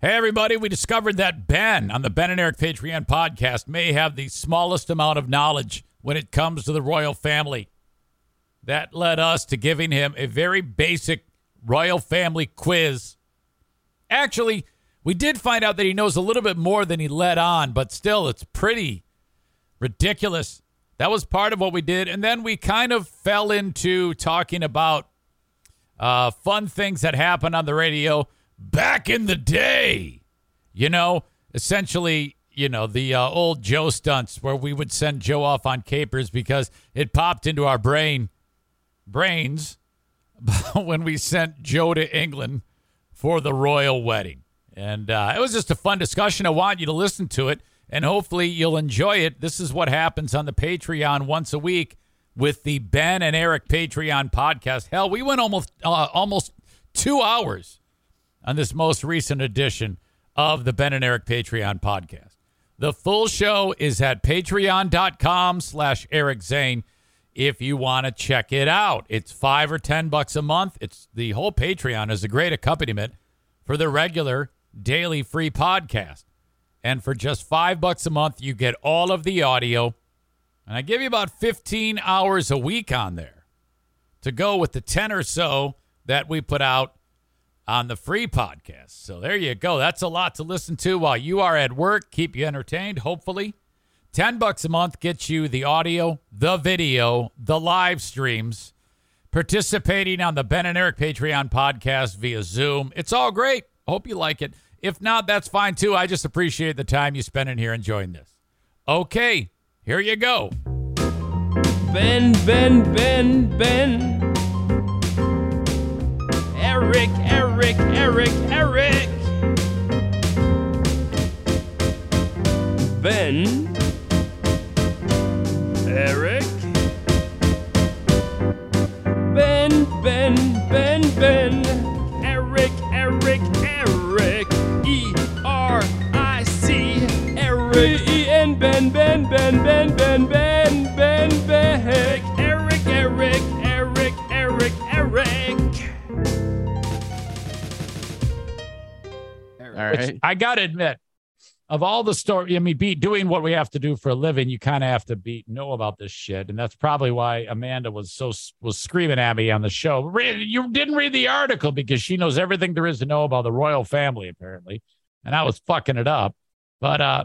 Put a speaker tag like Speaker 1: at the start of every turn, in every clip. Speaker 1: Hey, everybody, we discovered that Ben on the Ben and Eric Patreon podcast may have the smallest amount of knowledge when it comes to the royal family. That led us to giving him a very basic royal family quiz. Actually, we did find out that he knows a little bit more than he let on, but still, it's pretty ridiculous. That was part of what we did. And then we kind of fell into talking about uh, fun things that happened on the radio back in the day. You know, essentially, you know, the uh, old Joe stunts where we would send Joe off on capers because it popped into our brain, brains, when we sent Joe to England for the royal wedding. And uh, it was just a fun discussion. I want you to listen to it, and hopefully you'll enjoy it. This is what happens on the Patreon once a week with the Ben and Eric Patreon podcast. Hell, we went almost uh, almost two hours on this most recent edition of the Ben and Eric Patreon podcast. The full show is at patreon.com slash Eric Zane if you want to check it out. It's five or ten bucks a month. It's the whole Patreon is a great accompaniment for the regular daily free podcast. And for just five bucks a month, you get all of the audio. And I give you about 15 hours a week on there to go with the 10 or so that we put out on the free podcast. So there you go. That's a lot to listen to while you are at work. Keep you entertained, hopefully. 10 bucks a month gets you the audio, the video, the live streams, participating on the Ben and Eric Patreon podcast via Zoom. It's all great. Hope you like it. If not, that's fine too. I just appreciate the time you spend in here enjoying this. Okay, here you go.
Speaker 2: Ben, Ben, Ben, Ben. Eric, Eric, Eric, Eric. Ben. Eric. Ben, Ben, Ben, Ben. Eric, Eric, Eric. E R I C. Eric, E N, Ben, Ben, Ben, Ben, Ben, Ben, Ben, Ben. Eric, Eric, Eric, Eric, Eric.
Speaker 3: All
Speaker 1: Which
Speaker 3: right.
Speaker 1: I got to admit, of all the story, I mean, be doing what we have to do for a living, you kind of have to be know about this shit, and that's probably why Amanda was so was screaming at me on the show. Re- You didn't read the article because she knows everything there is to know about the royal family, apparently, and I was fucking it up. But uh,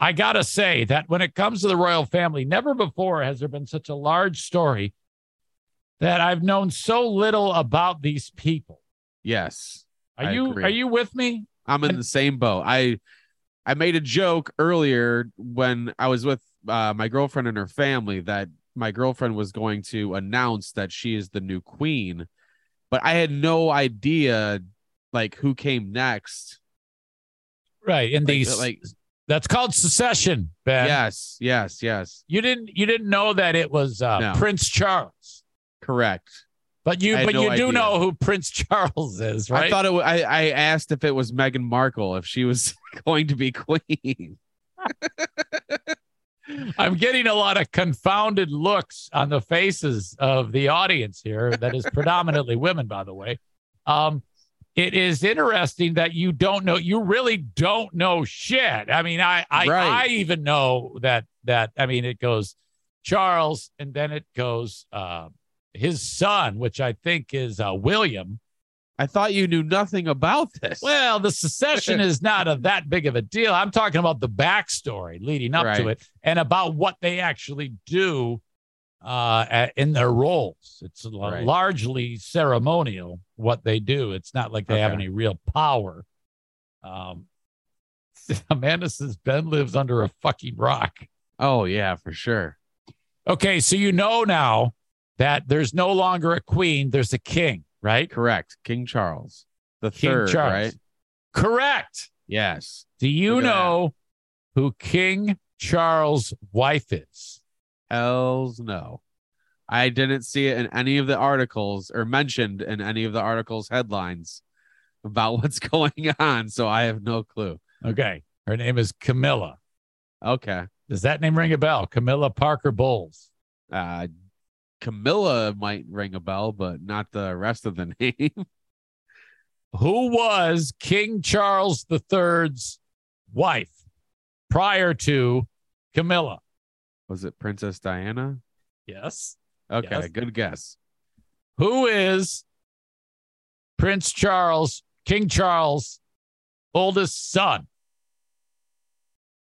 Speaker 1: I gotta say that when it comes to the royal family, never before has there been such a large story that I've known so little about these people.
Speaker 3: Yes.
Speaker 1: Are
Speaker 3: I
Speaker 1: you
Speaker 3: agree.
Speaker 1: are you with me?
Speaker 3: I'm in the same boat. I I made a joke earlier when I was with uh, my girlfriend and her family that my girlfriend was going to announce that she is the new queen, but I had no idea like who came next.
Speaker 1: Right, and
Speaker 3: Like- uh,
Speaker 1: these
Speaker 3: like
Speaker 1: That's called secession, Ben.
Speaker 3: yes, yes, yes,
Speaker 1: You didn't you didn't know that it was uh,
Speaker 3: No.
Speaker 1: Prince Charles.
Speaker 3: correct.
Speaker 1: But you
Speaker 3: I had
Speaker 1: but
Speaker 3: no
Speaker 1: you do
Speaker 3: idea.
Speaker 1: know who Prince Charles is, right?
Speaker 3: I thought it. wa- I I asked if it was Meghan Markle if she was going to be queen.
Speaker 1: I'm getting a lot of confounded looks on the faces of the audience here that is predominantly women by the way. Um it is interesting that you don't know you really don't know shit. I mean I I,
Speaker 3: Right.
Speaker 1: I even know that that I mean it goes Charles and then it goes uh his son which I think is uh William
Speaker 3: I thought you knew nothing about this.
Speaker 1: Well, the secession is not a, that big of a deal. I'm talking about the backstory leading up to
Speaker 3: Right.
Speaker 1: it and about what they actually do uh, a- in their roles. It's l-
Speaker 3: Right.
Speaker 1: largely ceremonial what they do. It's not like they have
Speaker 3: Okay.
Speaker 1: any real power. Um, Amanda says Ben lives under a fucking rock.
Speaker 3: oh yeah, for sure.
Speaker 1: Okay, so you know now that there's no longer a queen, there's a king, right?
Speaker 3: Correct. King Charles the
Speaker 1: King
Speaker 3: third,
Speaker 1: Charles.
Speaker 3: right?
Speaker 1: Correct.
Speaker 3: Yes.
Speaker 1: Do you
Speaker 3: Look at that.
Speaker 1: know who King Charles' wife is?
Speaker 3: Hells no. I didn't see it in any of the articles or mentioned in any of the articles headlines about what's going on, so I have no clue.
Speaker 1: Okay. Her name is Camilla.
Speaker 3: Okay.
Speaker 1: Does that name ring a bell? Camilla Parker Bowles.
Speaker 3: Uh Camilla might ring a bell, but not the rest of the name.
Speaker 1: Who was King Charles III's wife prior to Camilla?
Speaker 3: Was it Princess Diana?
Speaker 1: Yes.
Speaker 3: Okay,
Speaker 1: Yes.
Speaker 3: good guess.
Speaker 1: Who is Prince Charles, King Charles' oldest son?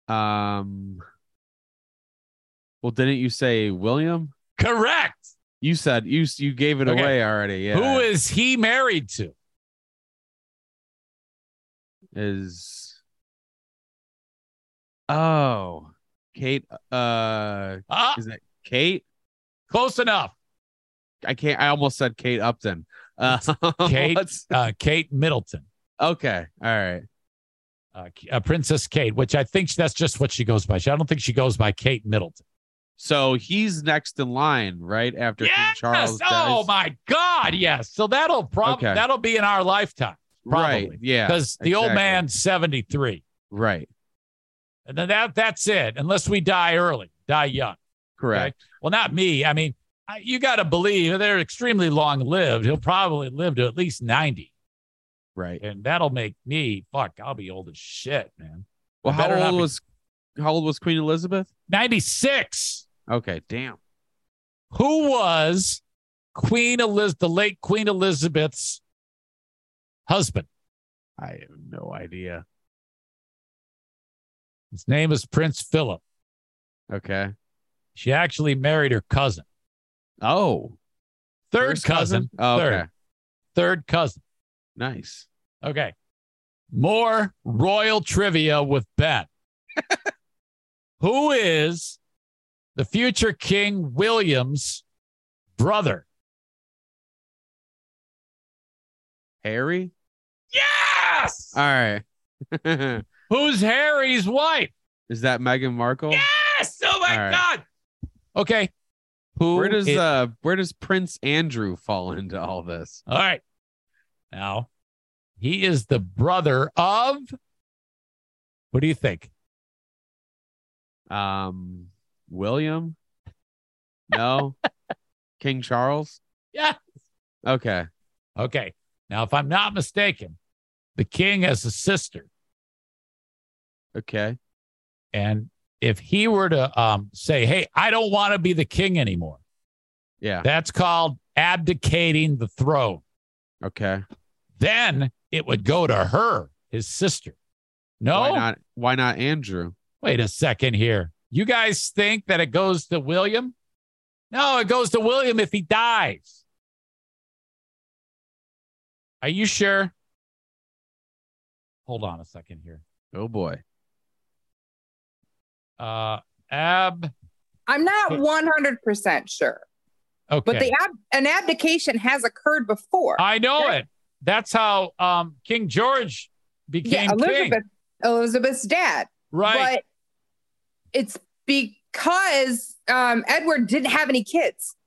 Speaker 3: Um, well, didn't you say William?
Speaker 1: Correct.
Speaker 3: You said you you gave it
Speaker 1: Okay.
Speaker 3: away already. Yeah.
Speaker 1: Who is he married to?
Speaker 3: is? Oh, Kate. Uh,
Speaker 1: Ah,
Speaker 3: is it Kate?
Speaker 1: close enough.
Speaker 3: I can't. I almost said Kate Upton. Uh,
Speaker 1: Kate.
Speaker 3: what's-
Speaker 1: Uh, Kate Middleton,
Speaker 3: Okay. All right.
Speaker 1: uh, K- uh, Princess Kate, which I think that's just what she goes by. She- I don't think she goes by Kate Middleton.
Speaker 3: So he's next in line, right after King
Speaker 1: Yes.
Speaker 3: Charles.
Speaker 1: Oh
Speaker 3: dies?
Speaker 1: my God. Yes. So that'll probably
Speaker 3: Okay.
Speaker 1: that'll be in our lifetime probably.
Speaker 3: Right. Yeah.
Speaker 1: because the old
Speaker 3: exactly.
Speaker 1: man's seventy three.
Speaker 3: Right.
Speaker 1: And then that that's it, unless we die early, die young.
Speaker 3: Correct.
Speaker 1: Well, not me. I mean, I, you got to believe they're extremely long lived. He'll probably live to at least 90,
Speaker 3: Right.
Speaker 1: and that'll make me fuck. I'll be old as shit, man.
Speaker 3: Well, how
Speaker 1: better not
Speaker 3: old
Speaker 1: be-
Speaker 3: was how old was Queen Elizabeth?
Speaker 1: 96.
Speaker 3: Okay, damn.
Speaker 1: Who was Queen Eliz, the late Queen Elizabeth's husband?
Speaker 3: I have no idea.
Speaker 1: His name is Prince Philip.
Speaker 3: Okay.
Speaker 1: She actually married her cousin,
Speaker 3: Oh,
Speaker 1: third
Speaker 3: first
Speaker 1: cousin,
Speaker 3: Oh,
Speaker 1: Third.
Speaker 3: okay.
Speaker 1: third cousin.
Speaker 3: Nice.
Speaker 1: Okay. More royal trivia with Ben. Who is the future King William's brother?
Speaker 3: Harry.
Speaker 1: Yes.
Speaker 3: All right. Is
Speaker 1: Who's Harry's wife?
Speaker 3: that Meghan Markle?
Speaker 1: Yes. Oh
Speaker 3: my All right.
Speaker 1: God. Okay. Who
Speaker 3: Where does
Speaker 1: is-
Speaker 3: uh where does Prince Andrew fall into all this?
Speaker 1: All right. Now, he is the brother of. What do you think?
Speaker 3: Um William? No. King Charles?
Speaker 1: Yeah.
Speaker 3: Okay.
Speaker 1: Okay. Now, if I'm not mistaken, the king has a sister.
Speaker 3: Okay.
Speaker 1: And if he were to um, say, "Hey, I don't want to be the king anymore,"
Speaker 3: Yeah.
Speaker 1: that's called abdicating the throne.
Speaker 3: Okay.
Speaker 1: Then it would go to her, his sister.
Speaker 3: Why
Speaker 1: No,
Speaker 3: not why not Andrew?
Speaker 1: wait a second here. You guys think that it goes to William? No, it goes to William if he dies. Are you sure? Hold on a second here.
Speaker 3: Oh boy.
Speaker 1: Uh, ab.
Speaker 4: I'm not
Speaker 1: Okay.
Speaker 4: 100% sure,
Speaker 1: Okay.
Speaker 4: but the ab- an abdication has occurred before.
Speaker 1: I know
Speaker 4: Okay.
Speaker 1: it. That's how um, King George became
Speaker 4: Elizabeth,
Speaker 1: king.
Speaker 4: Elizabeth's dad.
Speaker 1: Right.
Speaker 4: But it's because um, Edward didn't have any kids.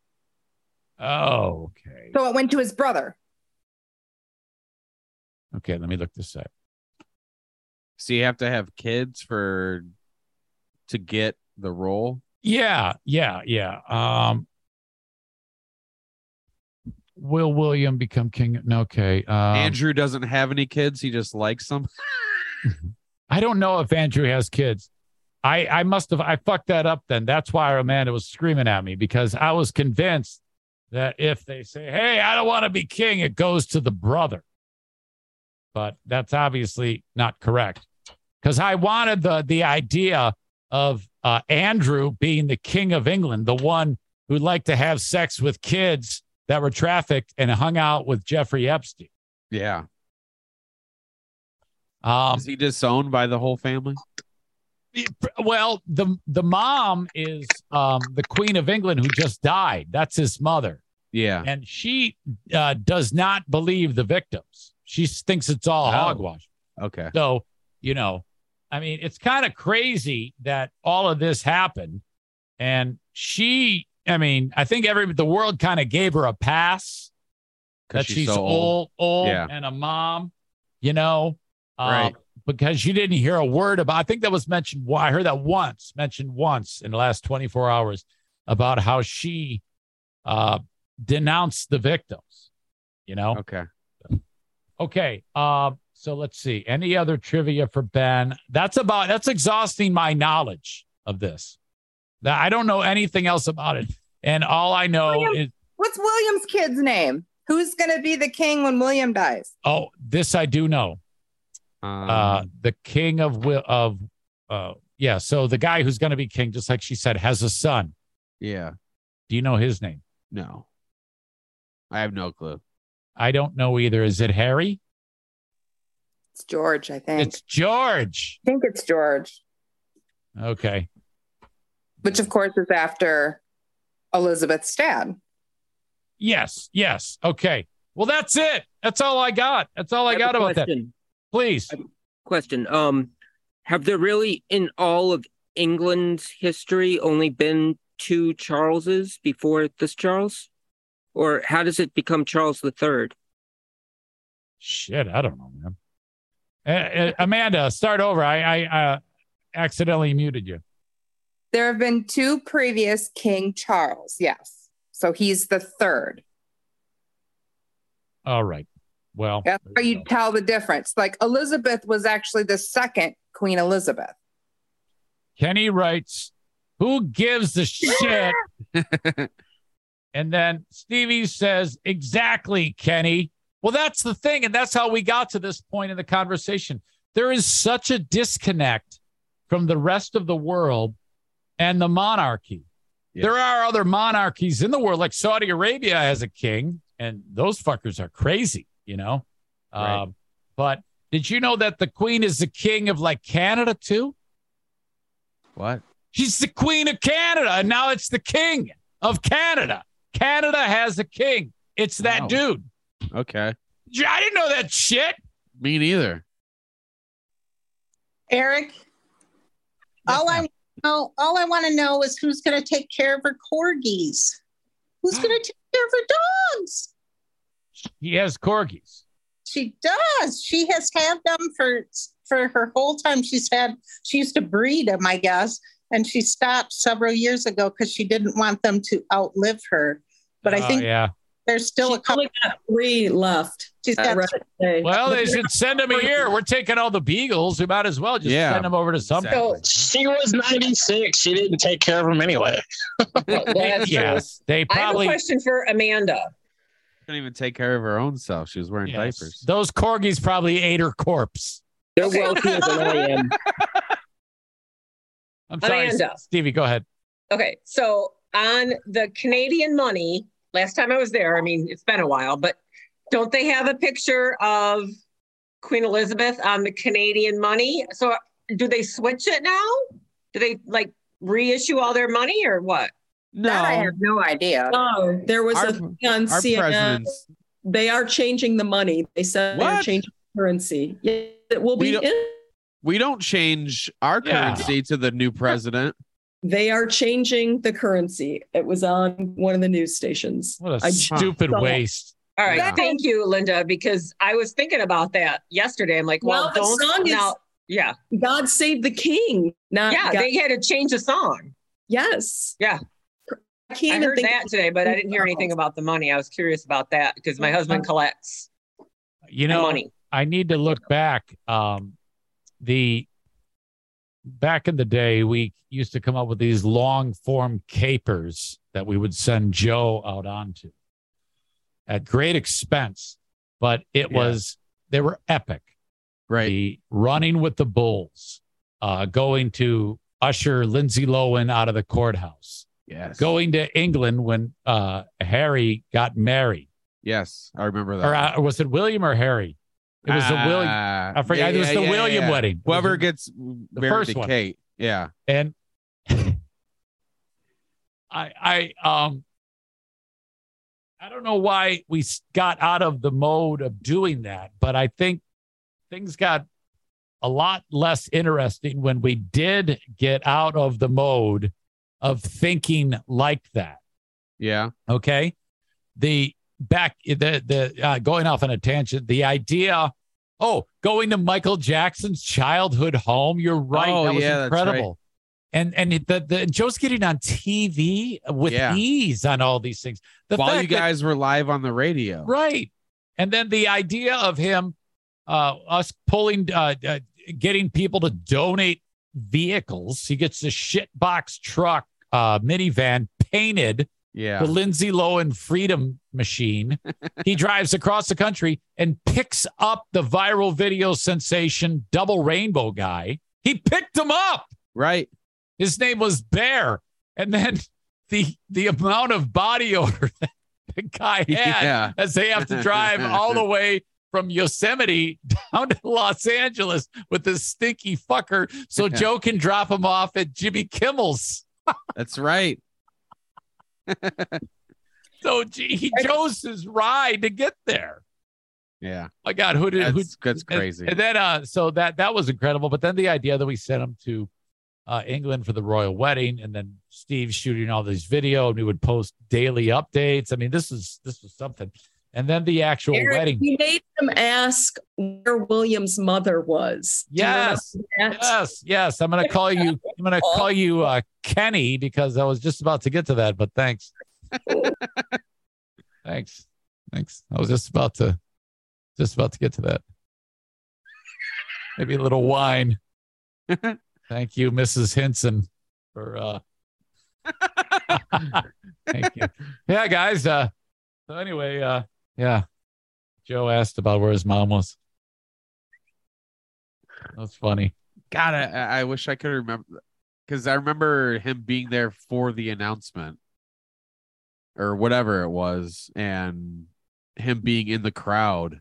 Speaker 1: oh, okay.
Speaker 4: So it went to his brother.
Speaker 1: Okay, let me look this up.
Speaker 3: So you have to have kids for to get the role.
Speaker 1: Yeah, yeah, yeah. Um, will William become king? No, Okay. Um,
Speaker 3: Andrew doesn't have any kids. He just likes them.
Speaker 1: I don't know if Andrew has kids. I, I must have I fucked that up then. That's why Amanda was screaming at me because I was convinced that if they say, "Hey, I don't want to be king," it goes to the brother. But that's obviously not correct because I wanted the the idea of uh, Andrew being the king of England, the one who liked to have sex with kids that were trafficked and hung out with Jeffrey Epstein.
Speaker 3: Yeah.
Speaker 1: Um,
Speaker 3: Is he disowned by the whole family?
Speaker 1: well the the mom is um the queen of england who just died that's his mother
Speaker 3: Yeah.
Speaker 1: and she uh, does not believe the victims she s- thinks it's all
Speaker 3: Oh.
Speaker 1: hogwash
Speaker 3: Okay.
Speaker 1: so you know i mean it's kind of crazy that all of this happened and she i mean i think every the world kind of gave her a pass that she's,
Speaker 3: so
Speaker 1: old, old,
Speaker 3: Yeah.
Speaker 1: and a mom, you know, uh,
Speaker 3: Right.
Speaker 1: because you didn't hear a word about. I think that was mentioned. Well, I heard that once, mentioned once in the last 24 hours about how she uh, denounced the victims. You know,
Speaker 3: Okay.
Speaker 1: Okay. Um, so let's see. Any other trivia for Ben? That's about that's exhausting my knowledge of this. That I don't know anything else about it. And all I know
Speaker 4: William-
Speaker 1: is
Speaker 4: What's William's kid's name? Who's going to be the king when William dies?
Speaker 1: oh, this I do know.
Speaker 3: Um,
Speaker 1: Uh the king of Wi- of uh yeah, so the guy who's going to be king just like she said has a son.
Speaker 3: yeah.
Speaker 1: Do you know his name?
Speaker 3: No. I have no clue.
Speaker 1: I don't know either. Is it Harry?
Speaker 4: It's George, I think.
Speaker 1: It's George.
Speaker 4: I think it's George,
Speaker 1: Okay.
Speaker 4: which of course is after Elizabeth's dad.
Speaker 1: Yes. Yes. Okay. Well, that's it. That's all I got. That's all I,
Speaker 5: have a
Speaker 1: got about that.
Speaker 5: question.
Speaker 1: Please.
Speaker 5: Question. Um, have there really, in all of England's history, only been two Charleses before this Charles? Or how does it become Charles the Third?
Speaker 1: Shit, I don't know, man. Uh, uh, Amanda, start over. I, I uh, accidentally muted you.
Speaker 4: There have been two previous King Charles. Yes. So he's the third.
Speaker 1: All right. Well,
Speaker 4: That's how
Speaker 1: there you
Speaker 4: you
Speaker 1: go.
Speaker 4: tell the difference. Like Elizabeth was actually the second Queen Elizabeth.
Speaker 1: Kenny writes, "Who gives a shit?" and then Stevie says, "Exactly, Kenny." Well, that's the thing, and that's how we got to this point in the conversation. There is such a disconnect from the rest of the world and the monarchy.
Speaker 3: Yeah.
Speaker 1: There are other monarchies in the world, like Saudi Arabia has a king, and those fuckers are crazy, you know.
Speaker 3: Right.
Speaker 1: Um, but did you know that the queen is the king of like Canada too?
Speaker 3: What?
Speaker 1: She's the queen of Canada, and now it's the king of Canada. Canada has a king. It's that
Speaker 3: Wow.
Speaker 1: dude.
Speaker 3: Okay.
Speaker 1: I didn't know that shit.
Speaker 3: Me neither.
Speaker 6: Eric, all I know, all I want to know is who's going to take care of her corgis? Who's going to take care of her dogs?
Speaker 1: He has corgis.
Speaker 6: She does. She has had them for for her whole time. She's had. She used to breed them, I guess, and she stopped several years ago because she didn't want them to outlive her. But I
Speaker 1: Oh,
Speaker 6: think
Speaker 1: yeah.
Speaker 6: there's still a
Speaker 7: She's
Speaker 6: couple.
Speaker 7: only got three left.
Speaker 6: She's
Speaker 7: I
Speaker 6: got
Speaker 7: read it today.
Speaker 1: Well, they should send him here. We're taking all the beagles. We might as well just
Speaker 3: Yeah.
Speaker 1: send them over to something.
Speaker 3: Exactly.
Speaker 8: She was 96. She didn't take care of him anyway.
Speaker 7: That's true.
Speaker 1: yes, they
Speaker 7: I have a
Speaker 1: probably.
Speaker 7: question for Amanda.
Speaker 3: Couldn't even take care of her own self. She was wearing
Speaker 1: yes.
Speaker 3: diapers.
Speaker 1: Those corgis probably ate her corpse.
Speaker 7: They're wealthier than I am.
Speaker 1: I'm sorry,
Speaker 7: Amanda.
Speaker 1: Stevie. Go ahead.
Speaker 7: Oh, Okay, so on the Canadian money, last time I was there, I mean, it's been a while, but don't they have a picture of Queen Elizabeth on the Canadian money? So do they switch it now? Do they like reissue all their money or what?
Speaker 4: That I have no idea.
Speaker 7: Oh,
Speaker 9: There was
Speaker 3: Our-
Speaker 9: a thing on
Speaker 3: Our
Speaker 9: CNN.
Speaker 3: presidents.
Speaker 9: They are changing the money. They said they're
Speaker 3: What?
Speaker 9: changing currency. Yeah, it will
Speaker 3: We
Speaker 9: be.
Speaker 3: don't-
Speaker 9: in-
Speaker 3: We don't change our
Speaker 1: Yeah.
Speaker 3: currency to the new president.
Speaker 9: They are changing the currency. It was on one of the news stations.
Speaker 1: What a
Speaker 9: I-
Speaker 1: stupid waste.
Speaker 7: all right.
Speaker 3: Yeah.
Speaker 7: Thank you, Linda, because I was thinking about that yesterday. I'm like, well,
Speaker 9: Well, the
Speaker 7: don't
Speaker 9: song is Uh,
Speaker 7: now. Yeah,
Speaker 9: God save the king. Not
Speaker 7: yeah.
Speaker 9: God-
Speaker 7: They had to change the song.
Speaker 9: yes.
Speaker 7: Yeah.
Speaker 9: I
Speaker 7: I
Speaker 9: can't even
Speaker 7: heard
Speaker 9: think. Oh.
Speaker 7: that today, but I didn't hear anything about the money. I was curious about that because my husband collects
Speaker 1: You know,
Speaker 7: money.
Speaker 1: I need to look back. Um, the back in the day, we used to come up with these long form capers that we would send Joe out onto at great expense, but it
Speaker 3: Yeah.
Speaker 1: was they were epic.
Speaker 3: Right.
Speaker 1: The running with the bulls, uh, going to usher Lindsay Lohan out of the courthouse,
Speaker 3: Yes.
Speaker 1: going to England when uh, Harry got married,
Speaker 3: Yes. I remember that.
Speaker 1: or uh, was it William or Harry? It was a William.
Speaker 3: Ah,
Speaker 1: I forget. it was the William
Speaker 3: yeah.
Speaker 1: wedding. It was
Speaker 3: Whoever
Speaker 1: the-
Speaker 3: gets married
Speaker 1: first
Speaker 3: to
Speaker 1: one.
Speaker 3: Kate. Yeah.
Speaker 1: and I, I, um, I don't know why we s- got out of the mode of doing that, but I think things got a lot less interesting when we did get out of the mode of thinking like that.
Speaker 3: Yeah.
Speaker 1: Okay, the back the the uh, going off on a tangent. The idea, oh, going to Michael Jackson's childhood home. You're right.
Speaker 3: Oh,
Speaker 1: that was
Speaker 3: yeah, that's right.
Speaker 1: incredible. And and it- the, the Joe's getting on TV with
Speaker 3: Yeah.
Speaker 1: ease on all these things. The
Speaker 3: While
Speaker 1: fact
Speaker 3: you
Speaker 1: that-
Speaker 3: guys were live on the radio.
Speaker 1: right, And then the idea of him, uh, us pulling, uh, uh, getting people to donate vehicles. He gets a shitbox truck uh, minivan painted
Speaker 3: Yeah.
Speaker 1: the Lindsay Lohan Freedom Machine. he drives across the country and picks up the viral video sensation Double Rainbow Guy. He picked him up.
Speaker 3: Right.
Speaker 1: His name was Bear. And then the the amount of body odor that the guy had
Speaker 3: Yeah.
Speaker 1: as they have to drive all the way from Yosemite down to Los Angeles with this stinky fucker so Joe can drop him off at Jimmy Kimmel's.
Speaker 3: That's right.
Speaker 1: So gee, he chose his ride to get there.
Speaker 3: Yeah.
Speaker 1: My God, who did who,
Speaker 3: That's, that's
Speaker 1: and-
Speaker 3: crazy.
Speaker 1: And, then uh so that that was incredible. But then the idea that we sent him to uh England for the royal wedding and then Steve shooting all these video and we would post daily updates. I mean, this is this was something. And then the actual
Speaker 9: Eric,
Speaker 1: wedding.
Speaker 9: We made him ask where William's mother was. Do you remember
Speaker 1: Yes.
Speaker 9: that?
Speaker 1: Yes, yes. I'm gonna call you I'm gonna call you uh Kenny because I was just about to get to that, but thanks. thanks. Thanks. I was just about to just about to get to that. Maybe a little wine. Thank you, Mrs. Henson, for uh Thank you. Yeah, guys. Uh so anyway, uh yeah. Joe asked about where his mom was. That's funny.
Speaker 3: God, I, I wish I could remember because I remember him being there for the announcement or whatever it was, and him being in the crowd.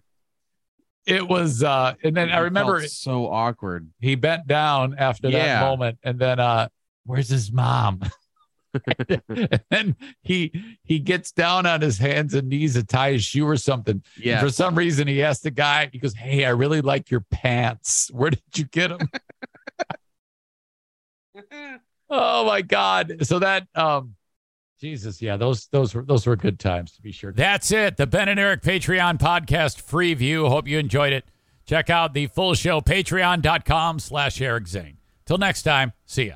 Speaker 1: It was uh and then
Speaker 3: It
Speaker 1: I
Speaker 3: felt
Speaker 1: remember
Speaker 3: so awkward.
Speaker 1: he bent down after
Speaker 3: Yeah.
Speaker 1: that moment and then uh where's his mom and then he he gets down on his hands and knees to tie his shoe or something And
Speaker 3: Yeah,
Speaker 1: for some reason he asked the guy he goes hey i really like your pants where did you get them oh my god so that um jesus yeah those those were those were good times to be sure that's it the ben and eric patreon podcast free view hope you enjoyed it check out the full show patreon.com slash eric zane till next time see ya